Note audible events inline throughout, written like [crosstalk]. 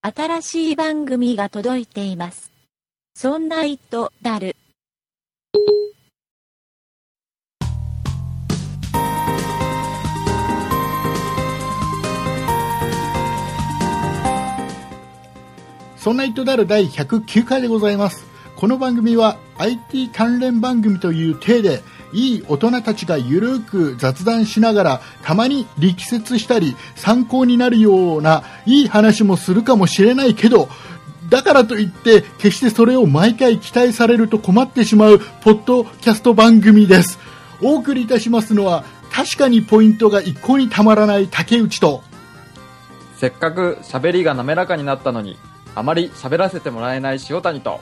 新しい番組が届いています。そんな糸だる。そんな糸である第109回でございます。この番組は IT 関連番組という体で、いい大人たちがゆるく雑談しながら、たまに力説したり、参考になるような、いい話もするかもしれないけど、だからといって、決してそれを毎回期待されると困ってしまう、ポッドキャスト番組です。お送りいたしますのは、確かにポイントが一向にたまらない竹内と、せっかく喋りが滑らかになったのに、あまり喋らせてもらえない塩谷と、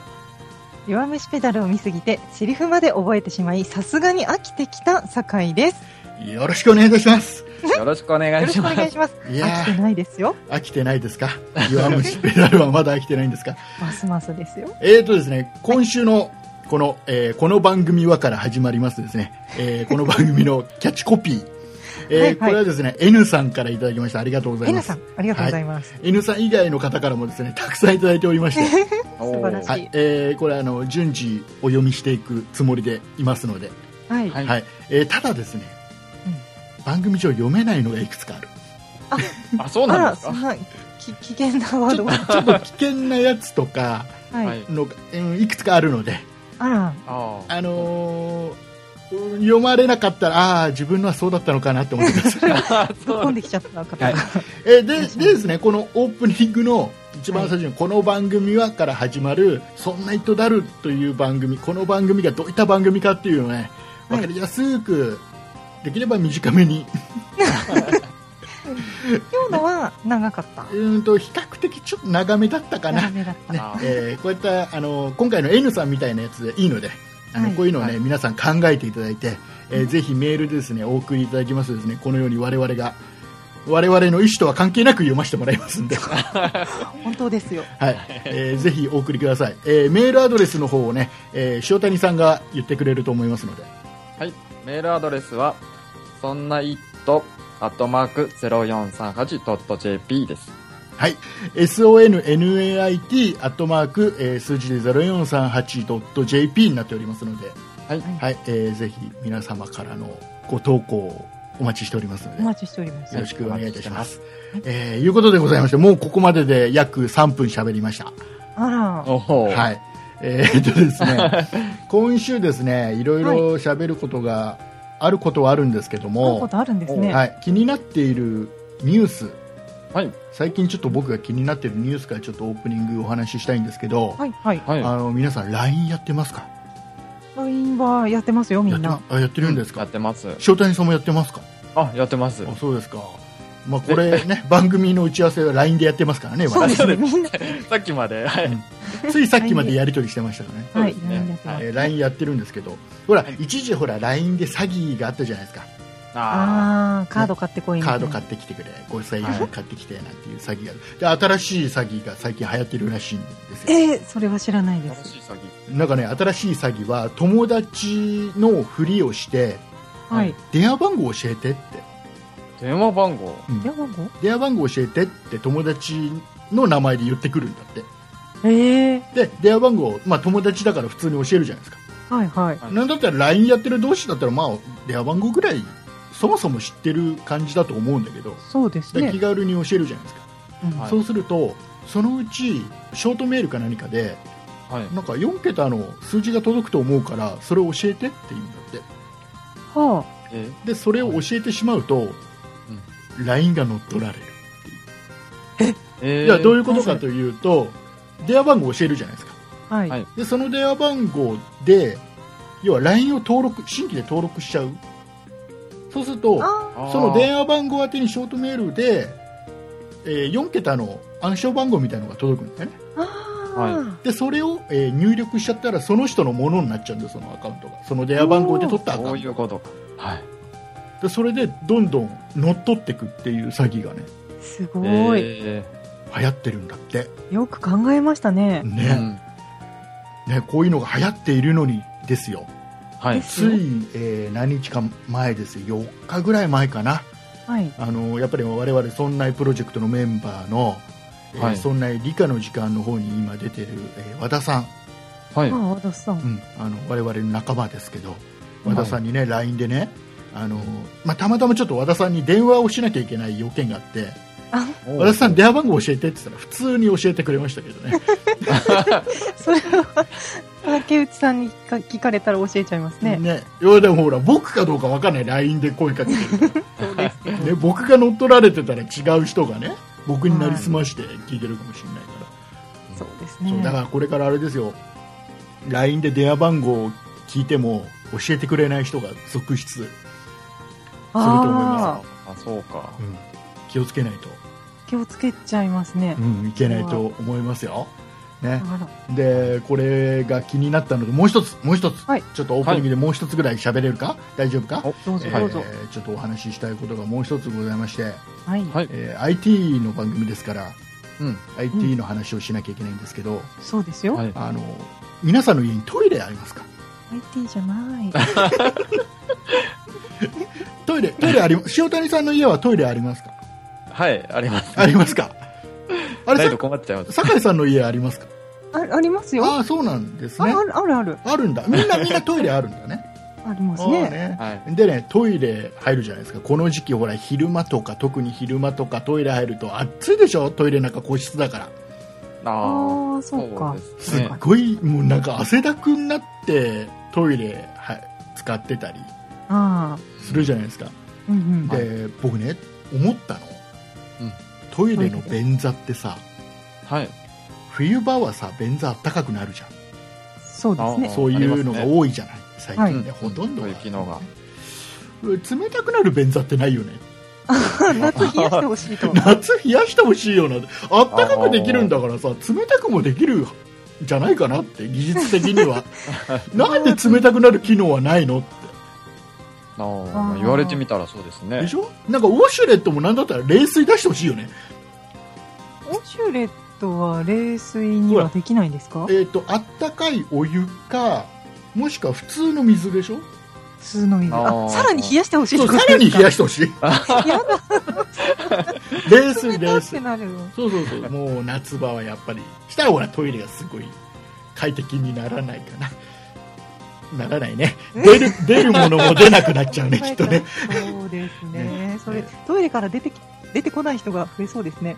弱虫ペダルを見すぎてセリフまで覚えてしまいさすがに飽きてきた酒井ですよろしくお願いいたします。よろしくお願よいろししくおます。願いしますいやー飽きてないですよ飽きてないですか弱虫ペダルはまだ飽きてないんですかますますですよえーとですね、今週のこの、えーこの番組はから始まりますですね、えーこの番組の [laughs] キャッチコピー、えーはいはいこれはですね、N さんからいただきました。ありがとうござい N まさすん。ありがとうございます、 N さん以外の方からもですね、たくさんいただいておりまして、おー素晴らしはいい、えーこれあの、順次お読みしていくつもりでいますので、はい、はいはい、えーただですね、番組上読めないのがいくつかある。あ、そうあなんらですそかんなき危険なワーちドょはちょっと危険なやつとかはい、はい。のが、うんいくつかあるので、あらあーあのーうん読まれなかったら、ああー、自分のはそうだったのかなって思ってくださ [laughs] い。 [laughs] 突っ込んできちゃった方が、はいえーででですね、このオープニングの一番最初に、この番組はから始まる、そんな人だるという番組、この番組がどういった番組かっていうのをね、わかりやすく、できれば短めに、今日のは長かったうーんと、比較的ちょっと長めだったか長な。めだった、ねあーえーこういった、あのー今回の N さんみたいなやつでいいので、あのはいこういうのをね、はい皆さん考えていただいて、えーぜひメールでですね、お送りいただきますとですね、このように我々が、我々の意思とは関係なく読ませてもらいますん [laughs] で、は本当ですよい、えーぜひお送りください。えーメールアドレスの方をね、えー塩谷さんが言ってくれると思いますので、はい。メールアドレスは、そんないっと、アットマーク 0438.jp です。はい、sonnait アットマーク、えー数字で 0438.jp になっておりますので、はい。はい、えーぜひ皆様からのご投稿をお待ちしておりますのでお。待ちしておりますよろしくお願いいたします。えー、いうことでございまして、もうここまでで約3分喋りました。あらおお。。はいい。えーっとですね、今週ですね、いろいろ喋ることがあることはあるんですけどあるもこ、とあるんですね、はい、気になっているニュース、はい。最近ちょっと僕が気になっているニュースからちょっとオープニングお話ししたいんですけど、はいはいはい。あの皆さん LINE やってますか LINE はやってますよみやっんてなまあやってるんですやかってます。塩谷さんもやってますかあ、やってます。あそうですか。まあこれね、番組の打ち合わせは LINE でやってますからね、そうですね私みんなさっきまで。はい。ついさっきまでやり取りしてましたからね、そうはでいすね LINE やってますえー LINE やってるんですけど、ほら、一時、ほら、LINE で詐欺があったじゃないですか、あああカード買ってこいみたカいーなド買ってきてくれ、5000は円い買ってきてなんていう詐欺がある、で新しい詐欺が最近流行ってるらしいんですよ、えー、それは知らないあ。で楽すしい詐欺。なんかね、新しい詐欺は、友達のふりをして、はい電話番号教えてって、電話番号。うん電話番電話番号教えてって、友達の名前で言ってくるんだって。号ええで電話番号、まあ、友達だから普通に教えるじゃないですか、はいはいはいなんだったら LINE やってる同士だったら、まあ、電話番号ぐらいそもそも知ってる感じだと思うんだけど、そうですでね気軽に教えるじゃないですか、うんはいそうするとそのうちショートメールか何かではい。なんか4桁の数字が届くと思うからそれを教えてって言うんだってはえーでそれを教えてしまうと、LINE が乗っ取られる、えーいやどういうことかというと電話番号教えるじゃないですかあはい、はいでその電話番号で要は LINE を登録新規で登録しちゃうそうするとああーその電話番号宛てにショートメールで、えー4桁の暗証番号みたいなのが届くんだよねあはでそれを、えー入力しちゃったらその人のものになっちゃうんですそのアカウントがその電話番号で取ったアカそうウンいトうことか。はい。でそれでどんどん乗っ取ってくっていう詐欺がねすごい、え流行ってるんだってよく考えましたね、ーうね,、んねこういうのが流行っているのにですよはい。つい、えー何日か前ですよ4日ぐらい前かなはいあのやっぱり我々そんなプロジェクトのメンバーの、えーはいそんな理科の時間の方に今出てる、えー和田さん、はいあ、和田さ。うんん、あの我々の仲間ですけど和田さんにね、LINE でねあの、まあ、たまたまちょっと和田さんに電話をしなきゃいけない要件があってあ、和田さん電話番号教えてって言ったら普通に教えてくれましたけどね [laughs] それは竹内さんに聞か聞かれたら教えちゃいますね。いやでもほら僕かどうかわかんない LINE で声かけてる、そうですけど。ね、僕が乗っ取られてたら違う人がね僕になりすまして聞いてるかもしれないから。そうですそうね。だからこれからあれですよ LINE で電話番号を聞いても教えてくれない人が続出すると思いあまあそうかすよ、うん気をつけないと、あ、気をつけちゃいますね。うん、いけないと思いますよ、ね、あらでこれが気になったのでもう一つもう一つ、はいちょっとオープニングでもう一つぐらい喋れるか、大丈夫かおどうぞえどうぞ。ーちょっとお話ししたいことがもう一つございまして、はい。はいえー IT の番組ですからうん IT の話をしなきゃいけないんですけど、そうですよ。はいあの皆さんの家にトイレありますか IT じゃない。トイレ、トイ [laughs] レあり、塩谷さんの家はトイレありますかはいありますあります [laughs] かあなれいとさ、困っちゃいます酒井さんの家ありますかああります [laughs] よ。あああ、そうなんですあね。るあるある。あるんだ。みんな、みんなトイレあるんだね。 [laughs] ありますそうね。ね。はいでね、トイレ入るじゃないですか。この時期、ほら、昼間とか、特に昼間とかトイレ入ると暑いでしょトイレなんか個室だから。ああああ、そうか。ですすねっごい、もうなんか汗だくになって、トイレ、はい、使ってたりああ。するじゃないですか。うんうん。で、僕ね、思ったの。うんトイレの便座ってさ、はい冬場はさ便座あったかくなるじゃん、そうですあね。そういうのが多いじゃない、最近ね、はいほとんどがそういう機能が冷たくなる便座ってないよね [laughs] 夏冷やしてほしい [laughs] と。夏冷やしてほしいよなあったかくできるんだからさ冷たくもできるじゃないかなって技術的にはなんで冷たくなる機能はないのってあーまあ言われてみたらそうですねでしょなんかウォシュレットもなんだったら冷水出してほしいよねウォシュレットは冷水にはできないんですかえっ、とあったかいお湯かもしくは普通の水でしょ普通の水。あーあ、さらに冷やしてほしいそとうか。さらに冷やしてほしいやだ。冷水冷冷たく水なるの。そうそうそう、もう夏場はやっぱり、したらほらトイレがすごい快適にならないかな。ならないね。出る、出るものも出なくなっちゃう [laughs] ね、きっとね。。そうですね。それね、トイレから出てき、出てこない人が増えそうですね。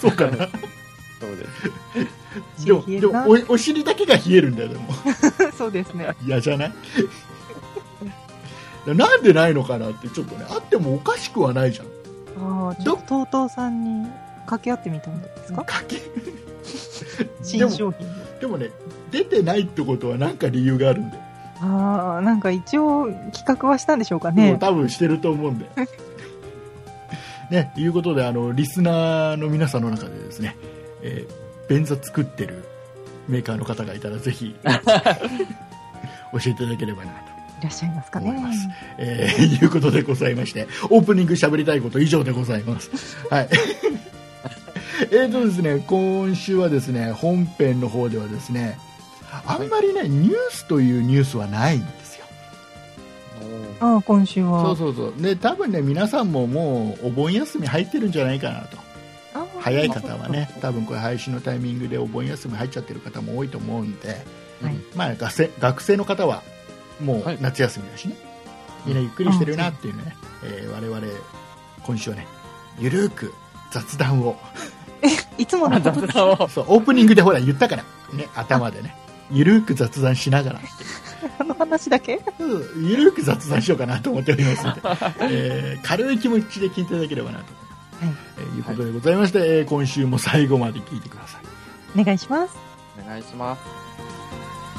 そうかな。そうです [laughs] でも、冷えでるなもお、お尻だけが冷えるんだよ、でも。そうですね。嫌じゃない [laughs] なんでないのかなって、ちょっとね、あってもおかしくはないじゃん。ああ、ちょっと TOTO さんに掛け合ってみたんですかかけ。で新も、商品。でもね、出てないってことはなんか理由があるんだよ。ああ、なんか一応企画はしたんでしょうかもねう。多分してると思うんで。ね、いうことであのリスナーの皆さんの中でですね、えー便座作ってるメーカーの方がいたらぜ [laughs] ひ教えていただければなと、いらっしゃいますか思いねます。えーいうことでございましてオープニング喋りたいこと以上でございます。はい [laughs] えーとですね、今週はですね本編の方ではですねあんまりねニュースというニュースはないんですよ。ああ、今週は。そうそうそうで多分ね皆さんももうお盆休み入ってるんじゃないかなとあー早い方はね多分これ配信のタイミングでお盆休み入っちゃってる方も多いと思うんで、はいまあ、学生学生の方はもはうい夏休みだしね、みんなゆっくりしてるなっていうね、えー我々今週はねゆるーく雑談をいつものこと雑談をそうオープニングでほら言ったから、ね、頭でねゆるーく雑談しながらあの話だけうんゆるく雑談しようかなと思っておりますので、えー軽い気持ちで聞いていただければなと、はいえーいうことでございまして、えー今週も最後まで聞いてください。お願いします。お願いします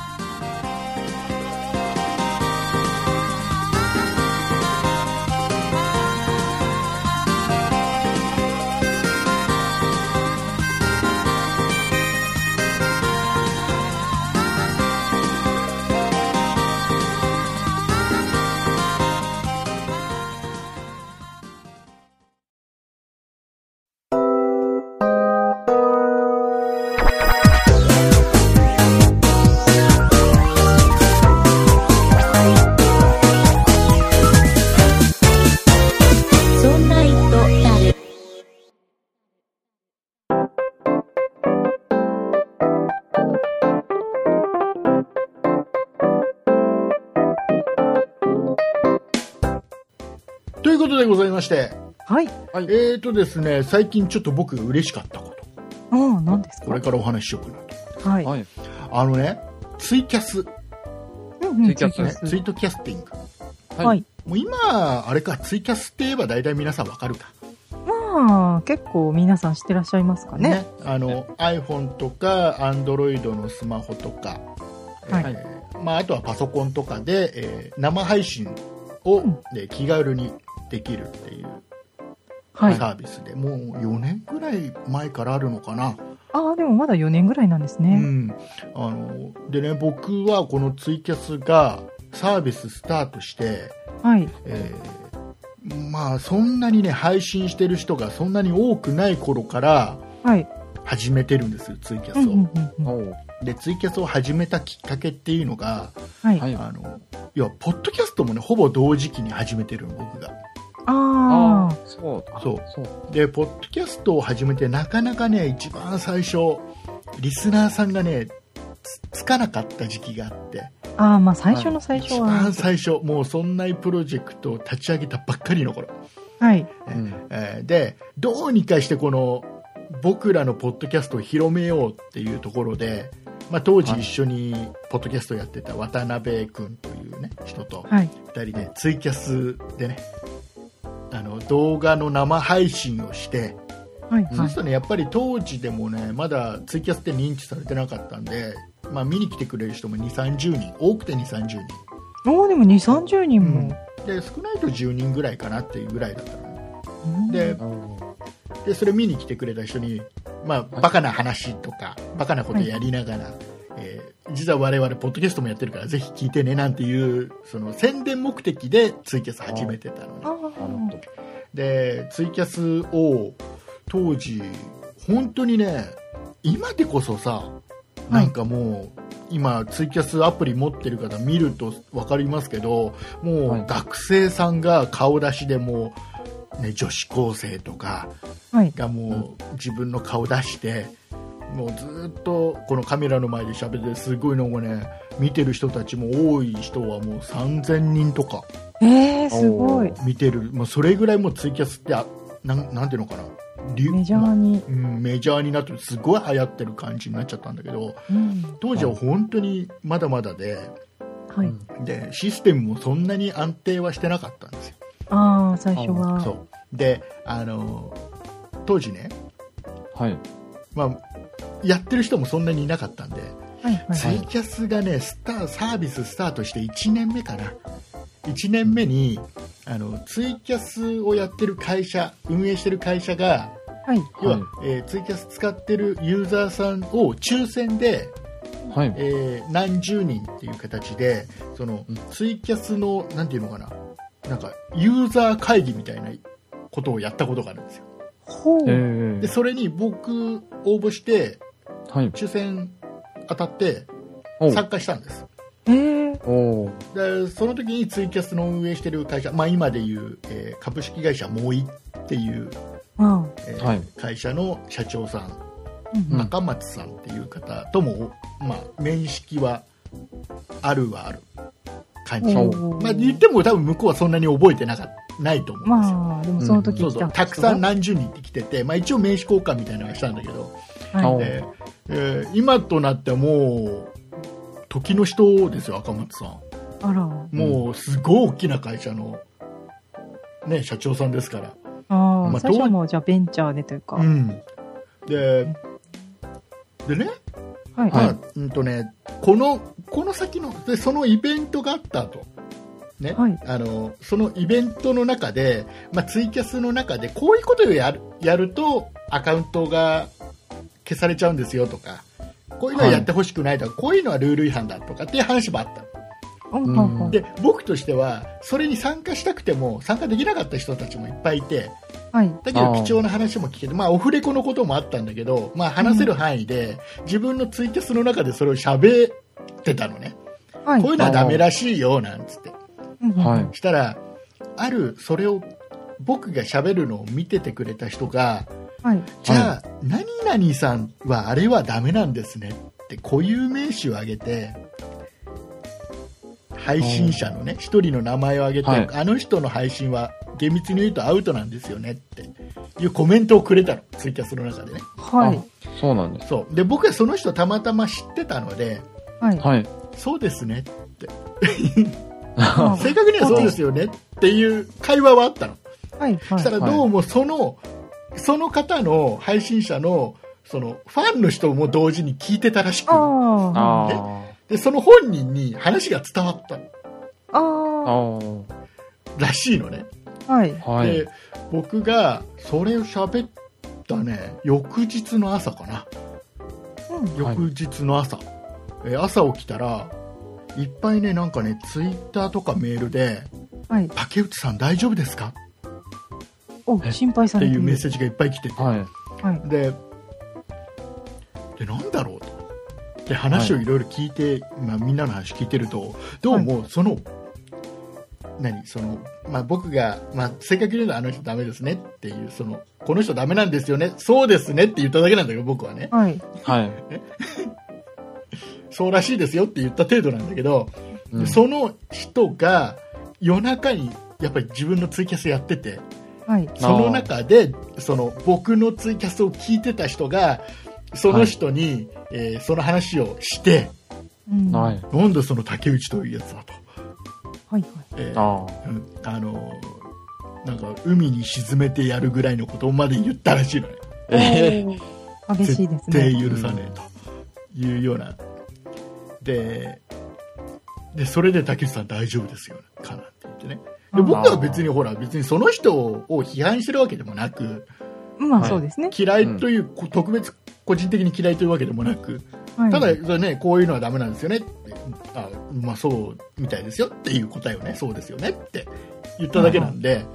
ことでございまして、はい。はい。えーとですね、最近ちょっと僕嬉しかったこと、うん、何ですこかれからお話ししようかなと。はい。はい。あのね、ツイキャス、うんうんツイキャスツイね、ツイキートキャスティング。ャスはい。もう今、あれか、ツイキャスって言えば大体皆さんわかるか。まあ、結構皆さん知ってらっしゃいますかね。あの、ね iPhone とか Android のスマホとか、はいはい。まあ、あとはパソコンとかで、えー生配信を、うんね気軽にできるっていうサはい。ービスで、もう4年ぐらい前からあるのかな、ああ、でもまだ4年ぐらいなんですうね。ん、あのでね僕はこのツイキャスがサービススタートして、はい。えーまあそんなにね配信してる人がそんなに多くない頃からはい。始めてるんですよツイキャうんスうを、んうんうん。おうでツイキャスを始めたきっかけっていうのがはい。はい。あの要はポッドキャストもねほぼ同時期に始めてるの僕がああああ、、そう。そうそう。でポッドキャストを始めてなかなかね一番最初リスナーさんがねつつかなかった時期があってああ、まあ最初の最初一は番。最初もうそんなプロジェクトを立ち上げたばっかりの頃、はい。うん。えーでどうにかしてこの僕らのポッドキャストを広めようっていうところで、まあ、当時一緒にポッドキャストやってた渡辺君という、ね、人とはい。 2人でツイキャスでねあの動画の生配信をしてはい。そうはするい。とねやっぱり当時でもねまだツイキャスって認知されてなかったんで、まあ、見に来てくれる人も2 3 0人多くて2 3 0人、おーでも2、30人も。で少ないと10人ぐらいかなっていうぐらいだったのねうんでおうでそれ見に来てくれた人に、まあ、バカな話とかバカなことやりながら、えー実は我々ポッドキャストもやってるからぜひ聞いてねなんていうその宣伝目的でツイキャス始めてたのねあなるあほど。でツイキャスを当時本当にね今でこそさいなんかもう、今ツイキャスアプリ持ってる方見ると分かりますけどはもうい学生さんが顔出しでもう、ね、女子高生とかはい。がもう自分の顔出してもうずっとこのカメラの前で喋ってすごいのもね見てる人たちも多い人はもう3000人とかええ、すごい。見てる、まあ、それぐらいもうツイキャスってあなんなんていうのかな流メジャまーあに。うん、メジャーになってすごい流行ってる感じになっちゃったんだけどうん。当時は本当にまだまだで,、はい。うんでシステムもそんなに安定はしてなかったんですよ。ああ、最初は。そうであの当時ね、はい。まあ、やってる人もそんなにいなかったんで、はいはいツイキャスがねスターサービススタートして1年目かな1年目にあのツイキャスをやってる会社運営してる会社がはい。要は、はえーツイキャス使ってるユーザーさんを抽選で、はい。えー何十人っていう形でそのうんツイキャスのなんていうのかななんかユーザー会議みたいなことをやったことがあるんですよほえう。でえ。それに僕応募してはい。抽選当たっておう参加したんですええ。おうでその時にツイキャスの運営してる会社、まあ、今でいう、えー株式会社モイっていう、あえーはい会社の社長さんうん中松さんっていう方とも、まあ、面識はあるはある感じ、そうおーまあ、言っても多分向こうはそんなに覚えてなかないと思うんですよ、まあ、でもその時そう来そうた。たくさん何十人って来てて、まあ、一応名刺交換みたいなのはしたんだけど、はい。うんでえー今となってはもう時の人ですよ赤松さんあら。もうすごい大きな会社の、ね、社長さんですから、あまああ、最初はもうじゃあベンチャーでというか。うん、ででね,、はい。まはあうんとねこのこの先のでそのイベントがあった後、ねはいあのそのイベントの中で、まあ、ツイキャスの中でこういうことをやるやるとアカウントが消されちゃうんですよとかこういうのはやってほしくないとか、こういうのはルール違反だとかっていう話もあったうんうんうんで僕としてはそれに参加したくても参加できなかった人たちもいっぱいいてはい。だけどあー貴重な話も聞けて、まあ、オフレコのこともあったんだけど、まあ、話せる範囲で自分のツイキャスの中でそれを喋ってたのね、はい。こういうのはダメらしいよなんつってうんうんはい。したらあるそれを僕が喋るのを見ててくれた人がはい。じゃあ、何々さんはあれはダメなんですねって固有名詞を挙げて配信者のね一人の名前を挙げて、はいあの人の配信は厳密に言うとアウトなんですよねっていうコメントをくれたのツイキャスの中でねはい。そうなんです。そうで僕はその人たまたま知ってたのではい。はい。そうですねっては正確にはそうですよねっていう会話はあったのい。そしたはらどうもそのその方の配信者のそのファンの人も同時に聞いてたらしい。くああ。あでその本人に話が伝わったあ。ああらしいのねあ。はい。あ。はい。で僕がそれを喋ったね翌日の朝かなうん。はい翌日の朝、えー朝起きたらいっぱいねなんかねツイッターとかメールではい。「竹内さん大丈夫ですか?」お、心配さってれていうる。メッセージがいっぱい来ててはい。はい。ででなんだろうとで話をいろいろ聞いて、まあ、みんなの話聞いてるとどうもその、何その、まあ、僕が、まあ、正確に言うとあの人ダメですねっていうそのこの人ダメなんですよねそうですねって言っただけなんだけど僕はねはい。はい。そうらしいですよって言った程度なんだけど、うでんその人が夜中にやっぱり自分のツイキャスやっててはい。その中でその僕のツイキャスを聞いてた人がその人に、えーその話をしてうんははい。い。なんでその竹内というやつだと、はい。えーあうんあのーなんか海に沈めてやるぐらいのことまで言ったらしいのねあ。ええ。激しいです絶対ね。許さねえというようなででそれで竹内さん大丈夫ですよかなって言ってねで僕は別にほら別にその人を批判してるわけでもなくまあはいそうですね。嫌いという、こ特別個人的に嫌いというわけでもなく、はい。ただ、そうね、こういうのはダメなんですよねってあまあそうみたいですよっていう答えをねそうですよねって言っただけなんで、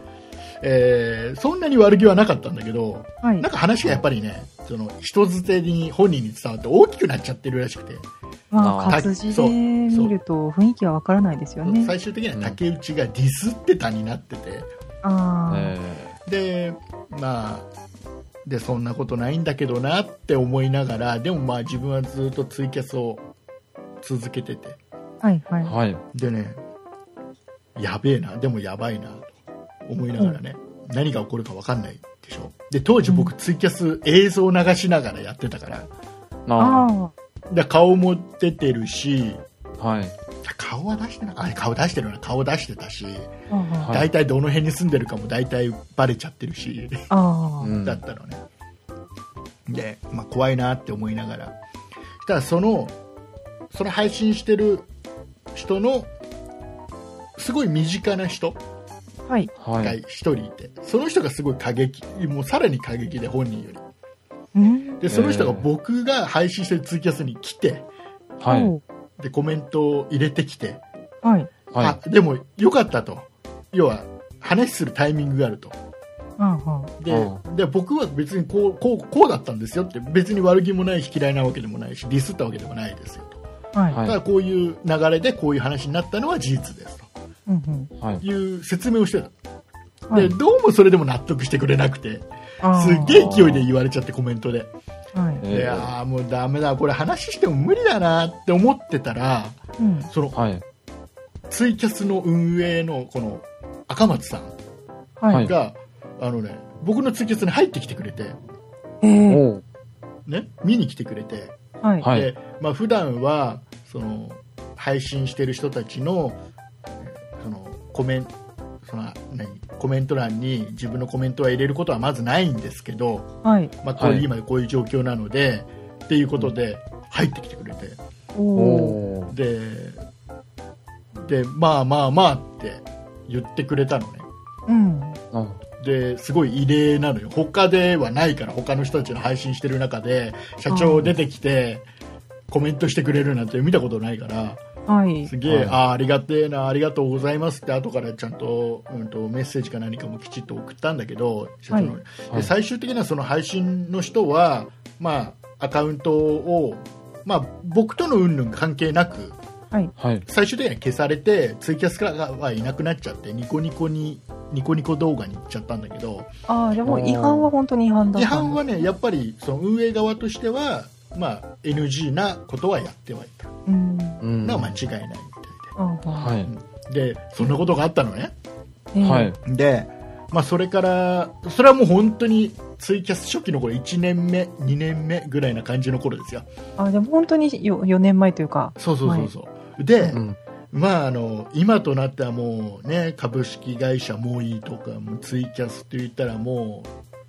えーそんなに悪気はなかったんだけどはいなん。か話がやっぱりねその人づてに本人に伝わって大きくなっちゃってるらしくて、まああー活字で見ると雰囲気はわからないですよね。最終的には竹内がディスってたになっててああ。えでまあでそんなことないんだけどなって思いながらでもまあ自分はずっとツイキャスを続けててはいはえ。い。はい。でねやべえなでもやばいなと思いながらね、何が起こるか分かんないでしょで当時僕ツイキャス映像流しながらやってたからああで顔も出てるしあ。はい。顔は出してないあ顔出してるな顔出してたし、あ。あはい大体どの辺に住んでるかも大体バレちゃってるし、あ。あうんだったのねで、まあ、怖いなって思いながらしたらそのその配信してる人のすごい身近な人あ。はい。はがい。一人いて、その人がすごい過激もうさらに過激で本人よりうん。でその人がえー僕が配信してるツイキャスに来てはい。おでコメントを入れてきて、はい。はあでもよかったと要は話するタイミングがあるとああ。でうで僕は別にこうこうこうだったんですよって別に悪気もないし嫌いなわけでもないしディスったわけでもないですよと、はい。はたいだこういう流れでこういう話になったのは事実ですうんい。はいと。いう説明をしてた、うん。はいで。どうもそれでも納得してくれなくてあすーっげえ勢いで言われちゃってコメントではい。いええ。やーもうダメだこれ話しても無理だなって思ってたらうん。そのはい。ツイキャスの運営のこの赤松さんははいい。が、あのね僕のツイキャスに入ってきてくれてええ。おう。ね見に来てくれてはい。はいで、まあ普段はその配信してる人たちのえーそのコメントその何コメント欄に自分のコメントは入れることはまずないんですけど、はい。まあ、こういうはい今こういう状況なのでっていうことで入ってきてくれておおお。お。ででまあまあまあって言ってくれたのねうん。あですごい異例なのよ他ではないから他の人たちの配信してる中で社長出てきてコメントしてくれるなんて見たことないからはいす。げえ、はいあーありがてえなありがとうございますって後からちゃんと,、うん、とメッセージか何かもきちっと送ったんだけど社長のははでい最終的にはその配信の人は、まあ、アカウントを、まあ、僕との云々関係なくはい。最終的には消されてツイキャスからはいなくなっちゃってニコニコにニコニコ動画に行っちゃったんだけどああ、じゃあもう違反は本当に違反だ違った。反はねやっぱりその運営側としては、まあ、NG なことはやってはいたうん。うんのは間違いないみたいああ。はい。ででそんなことがあったのねええはい。でまあ、それから、それはもう本当にツイキャス初期の頃、1年目、2年目ぐらいな感じの頃ですよ。あ、でも本当によ4年前というか。そうそうそうそう。で、うん。まあ、あの、今となってはもうね、株式会社もういいとか、もうツイキャスって言ったらも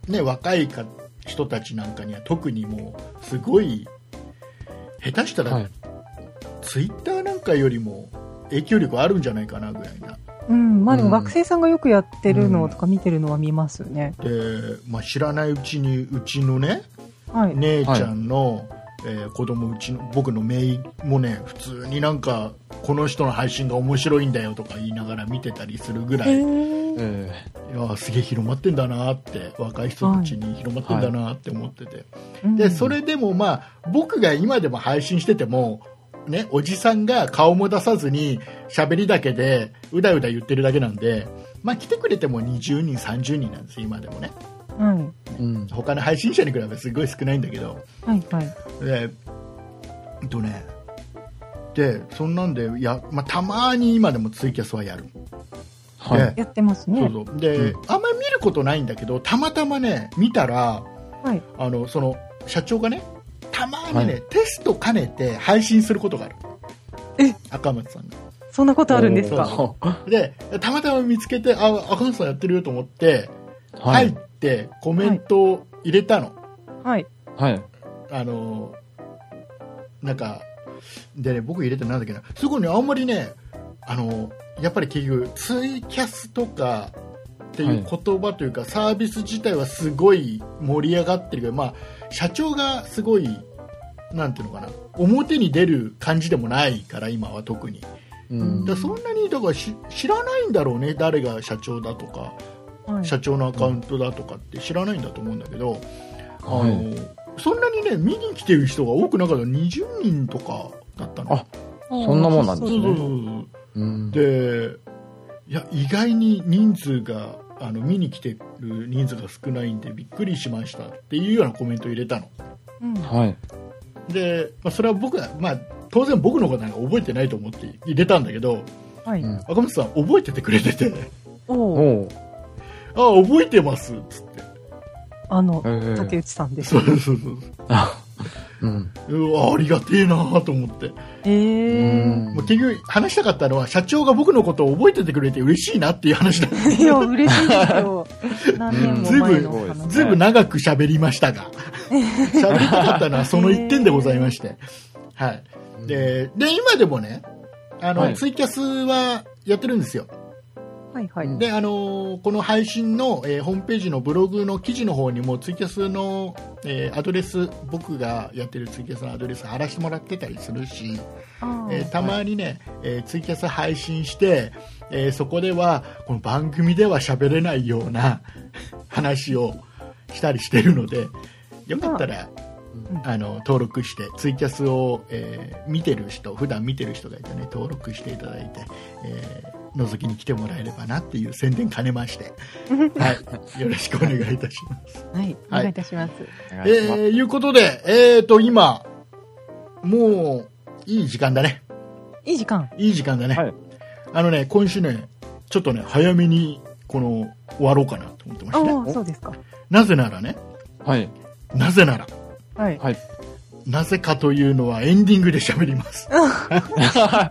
う、ね、若いか人たちなんかには特にもう、すごい、下手したはらい。ツイッターなんかよりも影響力あるんじゃないかなぐらいな。うん。まあでうもん学生さんがよくやってるのとか見てるのは見ますよね。で、まあ、知らないうちに、うちのね、はい。姉ちゃんの、えー子供うちの僕の姪もね普通になんかこの人の配信が面白いんだよとか言いながら見てたりするぐらい、いへえ。えやすげえ広まってんだなって若い人たちに広まってんだなって思ってて、うんでそれでもまあ僕が今でも配信しててもね、おじさんが顔も出さずに喋りだけでうだうだ言ってるだけなんで、まあ、来てくれても20人30人なんです今でもねはい。えうん。他の配信者に比べてすごい少ないんだけど、はい、はい。で、えっとね、で、そんなんで、いや、まあ、たまに今でもツイキャスはやる。はい。でやってますね。そうそう。で、うあんまり見ることないんだけど、たまたまね、見たら、はいあの、その、社長がね、たまにね、はテスト兼ねて配信することがある。え赤松さんが。そんなことあるんですかおーで、たまたま見つけて、あ、赤松さんやってるよと思って、は入い。ってコメントを入れたの。はい。はい。あのなんかでね僕入れてなんだっけなそこにあんまりねあのやっぱり結局ツイキャスとかっていう言葉というか、サービス自体はすごい盛り上がってるけど、まあ、社長がすごいなんていうのかな表に出る感じでもないから今は特に、うだんからそんなにだからし知らないんだろうね誰が社長だとかはい。社長のアカウントだとかって知らないんだと思うんだけど、あはい。のそんなにね見に来てる人が多くなかった20人とかだったのあそんなもんなんでそうすそうそうね。そううん。でいや意外に人数があの見に来てる人数が少ないんでびっくりしましたっていうようなコメントを入れたのうんはい。で、まあ、それは僕は、まあ、当然僕のことなんか覚えてないと思って入れたんだけどはい。うん赤松さん覚えててくれてておーおーあ覚えてますっつってあの、ええ竹内さんです。 [laughs] そうそうそうそううん。うわありがてえなと思ってええもう結局話したかったのは社長が僕のことを覚えててくれて嬉しいなっていう話だっ [laughs] たいや、嬉しいです [laughs] よ。何年も前のずいぶん話。ずいぶん長く喋りました [laughs] が喋りたかったのはその一点でございまして、はい、でで今でもねあの、はいツイキャスはやってるんですよはいはい。うんであのーこの配信の、えーホームページのブログの記事の方にもツイキャスの、えーアドレス僕がやってるツイキャスのアドレス貼らせてもらってたりするし、あーえーたまにね、えーツイキャス配信して、えーそこではこの番組では喋れないような話をしたりしてるのでよかったら、うんあの登録してツイキャスを、えー見てる人普段見てる人がいたらね登録していただいて、えー覗きに来てもらえればなっていう宣伝兼ねま [laughs] して、はい、よろしくお願いいたします。はい。お願いいたします。お願いしますえー、いうことで、えー、と今もういい時間だね。いい時間。いい時間だね、はいあのね今週ねちょっとね早めにこの終わろうかなと思ってまあして、ね、あ、そうですか。なぜならねはい。なぜならはい。はい。なぜかというのはエンディングで喋ります。引っ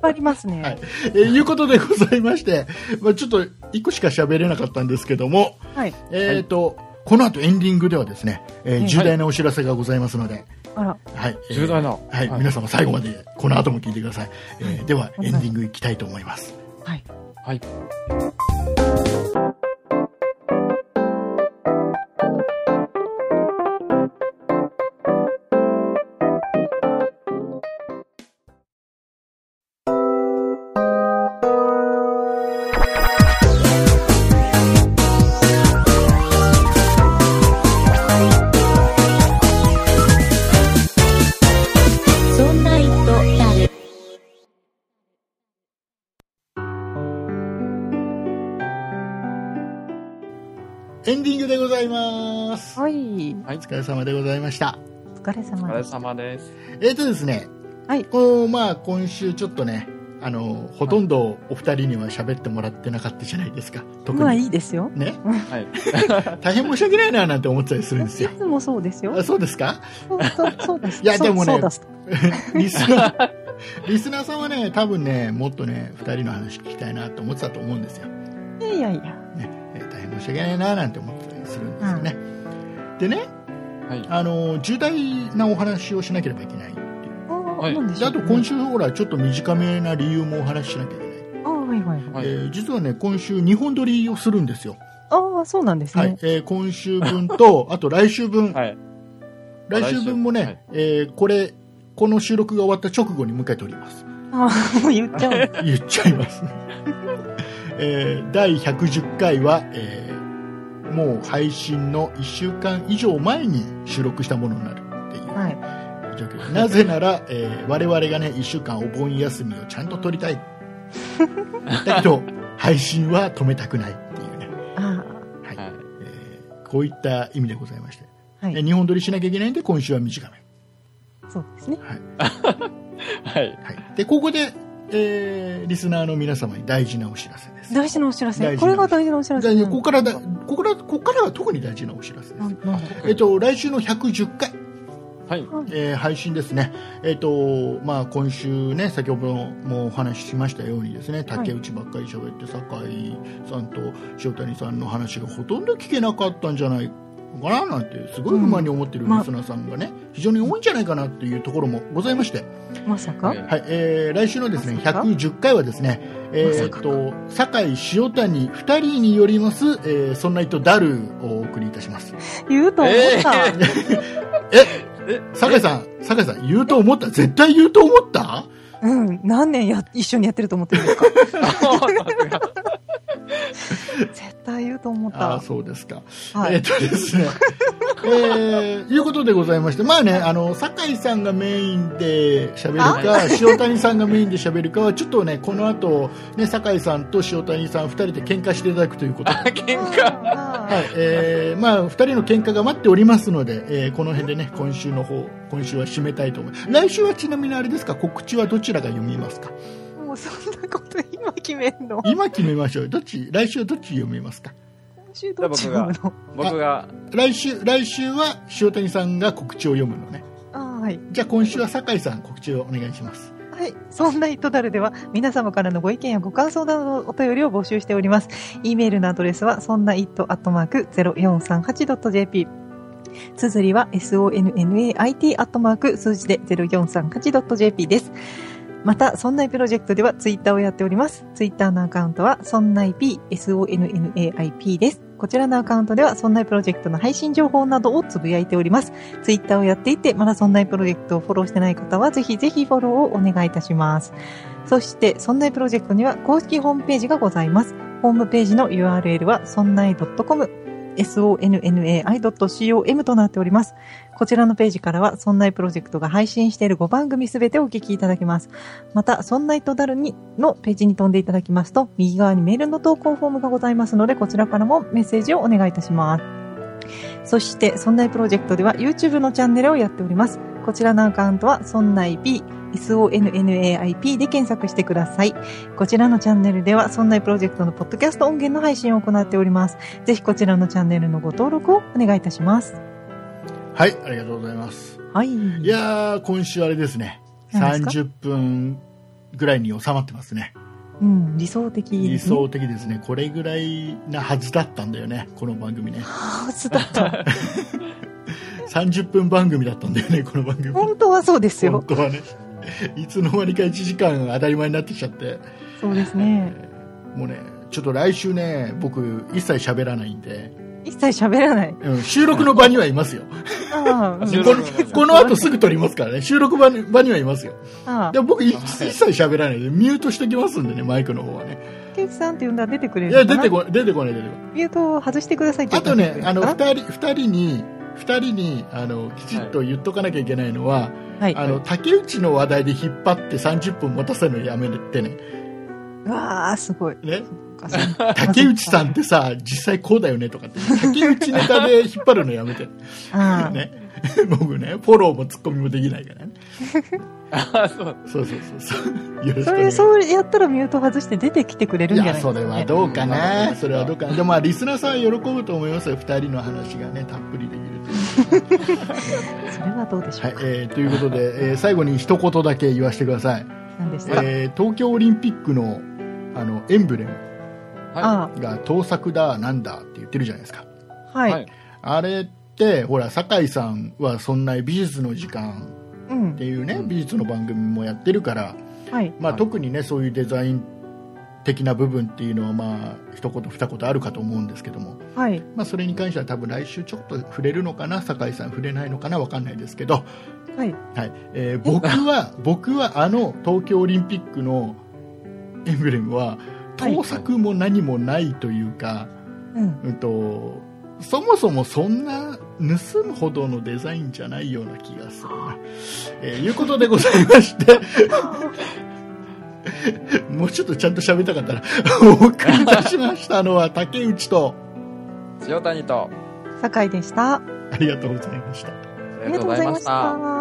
張りますね。はいえーいうことでございまして、まあ、ちょっと1個しか喋れなかったんですけども、はい。えーとこの後エンディングではですね、えーはい重大なお知らせがございますので、あら、はいえー重大な。はい皆様最後までこの後も聞いてください、えーではエンディングいきたいと思います。はい。はい。そんな糸だる。エンディングでございます。はい。お疲れ様でございました。お疲れお疲様れです。様です。えーとですね、はいこうまあ、今週ちょっとね、あのほとんどお二人には喋ってもらってなかったじゃないですか特に、まあいいですよ。ね、はい。大変申し訳ないななんて思ってたりするんいですよつもそうですあよ。そうですかそうそうそうです。いやでもねそうそうだリスナー [laughs] リスナーさんはね多分ねもっとね二人の話聞きたいなと思ってたと思うんですよ、ねいやいやいや。えー大変申し訳ないななんて思ってたりするんですよね、でねはい。あの重大なお話をしなければいけないっていうあーはいなんでしでょうあと今週ほらちょっと短めな理由もお話ししなきゃいけないあーはいはいはい。はいえー実はね今週2本撮りをするんですよ、ああ、そうなんですはいね。えー今週分と [laughs] あと来週分、はい。来週分もね、来週えーこれこの収録が終わった直後にもう一回撮ります [laughs] ああ、もう言っちゃう。言っちゃいます、 [laughs] えー第110回は、えーもう配信の1週間以上前に収録したものになるっていうはい。状況、なぜなら、えー我々がね1週間お盆休みをちゃんと撮り [laughs] たいだけど配信は止めたくないっていうねあはいはい。えーこういった意味でございまして、あ、はえい。日本撮りしなきゃいけないんで今週は短め、そうですね。はいはい。はい、でここで、えーリスナーの皆様に大事なお知らせです大事なお知らせ。大事なこれが大事なお知らせ大な事の。ここからだここからここからは特に大事なお知らせでなす、んなんだえっと来週の110回、はい。えー配信ですね、えっとまあ、今週ね先ほどもお話ししましたようにですね竹内ばっかり喋って酒井さんと塩谷さんの話がほとんど聞けなかったんじゃないかななんてすごい不満に思ってるうんまあリスナーさんがね、非常に多いんじゃないかなっていうところもございまして、まさか、はいはいえー来週のですねまさか110回はですね、えーっと酒井塩谷2人によります「えーそんな糸ダル」をお送りいたします言うと思った。え酒井さん酒井さん言うと思った絶対言うと思ったうん。何年や、一緒にやってると思ってるんです [laughs] か絶対言うと思っああたー。そうですか、はえーいっ。とです [laughs] ねえー、いうことでございまして、まあね、あの、酒井さんがメインで喋るか、塩谷さんがメインで喋るかは、ちょっとね、この後、ね、酒井さんと塩谷さん二人で喧嘩していただくということで [laughs] あ、喧嘩。は、はいえー、まあ、二人の喧嘩が待っておりますので、えーこの辺でね、今週の方、今週は締めたいと思います。来週はちなみにあれですか、告知はどちらが読みますかい。もうそんなこと今決めんの。今決めましょう。どっち、来週はどっち読みますか今週どっち読むの僕が、来週、来週は塩谷さんが告知を読むのね。あーはい。じゃあ今週は酒井さん告知をお願いします。はい。そんな糸だるでは、皆様からのご意見やご感想などのお便りを募集しております。e メールのアドレスは、そんな it.0438.jp。綴りは、sonnait. 数字で 0438.jp です。また、そんないプロジェクトではツイッターをやっております。ツイッターのアカウントは、そんない p、sonnaip です。こちらのアカウントでは、そんないプロジェクトの配信情報などをつぶやいております。ツイッターをやっていて、まだそんなプロジェクトをフォローしてない方は、ぜひぜひフォローをお願いいたします。そして、そんなプロジェクトには公式ホームページがございます。ホームページの URL は、そんない .com、sonnai.com となっております。こちらのページからは、そんないプロジェクトが配信している5番組すべてお聞きいただけます。また、そんないとだるにのページに飛んでいただきますと、右側にメールの投稿フォームがございますので、こちらからもメッセージをお願いいたします。そして、そんないプロジェクトでは YouTube のチャンネルをやっております。こちらのアカウントは、そんない P、SONNAIP で検索してください。こちらのチャンネルでは、そんないプロジェクトのポッドキャスト音源の配信を行っております。ぜひこちらのチャンネルのご登録をお願いいたします。はい、ありがとうございます。はい。いやー、今週あれですね。何です30分ぐらいに収まってますね。うん、理想的です、ね。理想的ですね。これぐらいなはずだったんだよね。この番組ね。ハウスだった。 30分番組だったんだよね、この番組。 [laughs] 本当はそうです本よ。当はね。いつの間にか1時間当たり前になってきちゃって。そうですね。もうね、ちょっと来週ね、僕、一切喋らないんで、一切喋らない。うん収録の場にはいますよ。ああ、収うん録の場にこの後すぐ撮りますからね、収録場に場にはいますよ。ああで、も僕、い一はい切喋らないで、ミュートしてきますんでね、マイクの方はね。ケイキさんって呼んだら出てくれいるのや、かな出てこない、出てこない、出てこミュートを外してくださいってない。あとね、あの、は二人、二人に、二人に、あの、きちっと言っとかなきゃいけないのは、い。あの、竹内の話題で引っ張って30分持たせるのやめてね。うわー、すごい。ね、[laughs] あ竹内さんってさ、実際こうだよねとかって、竹内ネタで引っ張るのやめて。あ、ね、 [laughs] 僕ね、フォローもツッコミもできないからね。あそう。そうそうそうそう。よろしくそお願れ、いしまそうやったらミュート外して出てきてくれす。るいんじゃなや、いですそか、れね。はどうかうな。んそれはどうかな。でもまあ、リスナーさんは喜ぶと思いますよ。二人の話がね、たっぷりできると。それはどうでしはょいうか。、えーということで、えー最後に一言だけ言わせてください。何ですか、えー東京オリンピックの、あの、エンブレムは。あが盗作だ、なんだって言ってるじゃないですか。あ、はいい。はい。あれって、ほら、酒井さんはそんな美術の時間うっんて。いうね、うん美術の番組もやってるから、はい。まあ、はい特にねそういうデザイン的な部分っていうのはまあ一言二言あるかと思うんですけども、はい。まあ、それに関しては多分来週ちょっと触れるのかな酒井さん触れないのかなわかんないですけど、はい。はいえー僕 [laughs] は僕はあの東京オリンピックのエンブレムははい盗作も何もないというか、うん。うん、とそもそもそんな盗むほどのデザインじゃないような気がするな。えーいうことでございまして。 [laughs] もうちょっとちゃんと喋りたかったら、 [laughs] お送りいたしましたのは竹内と、塩谷と、酒井でした。あありがとうございました。ありがりとうがとうごござざいいままし。したた。